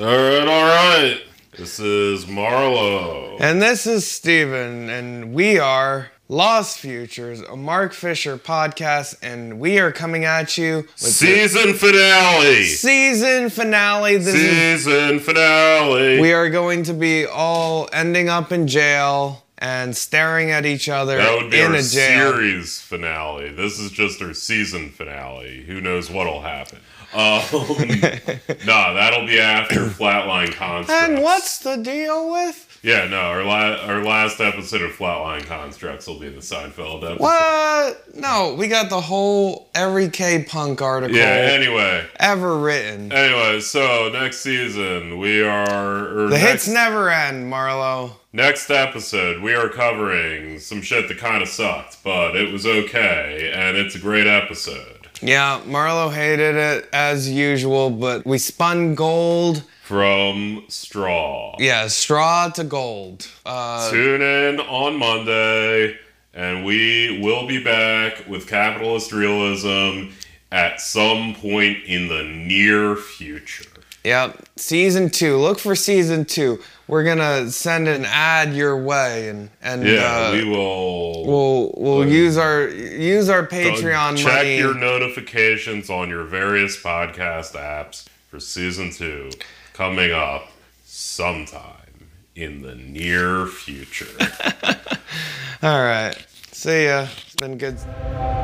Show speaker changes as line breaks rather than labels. All right, all right. This is Marlo.
And this is Steven, and we are Lost Futures, a Mark Fisher podcast, and we are coming at you with the
Season finale.
season finale. This is,
Season finale.
we are going to be all ending up in jail and staring at each other
that would be
in
our
a jail.
series finale. This is just our season finale. Who knows what'll happen? Um, nah, that'll be after Flatline Constructs.
And what's the deal with
Yeah, no, our, la- our last episode of Flatline Constructs will be the Seinfeld episode.
what? No, we got the whole every K punk article
Yeah, anyway.
ever written.
Anyway, so next season we are. Or
the
next,
hits never end, Marlo.
Next episode, we are covering some shit that kind of sucked, but it was okay, and it's a great episode.
Yeah, Marlo hated it as usual, but we spun gold.
From Straw.
Yeah, straw to gold. Uh,
Tune in on Monday, and we will be back with capitalist realism at some point in the near future.
yeah, season two. Look for season two. We're gonna send an ad your way, and and
Yeah,
uh,
we will.
we'll we'll use our use our Patreon
check
money.
your notifications on your various podcast apps for season two coming up sometime in the near future.
All right, see ya. It's been good.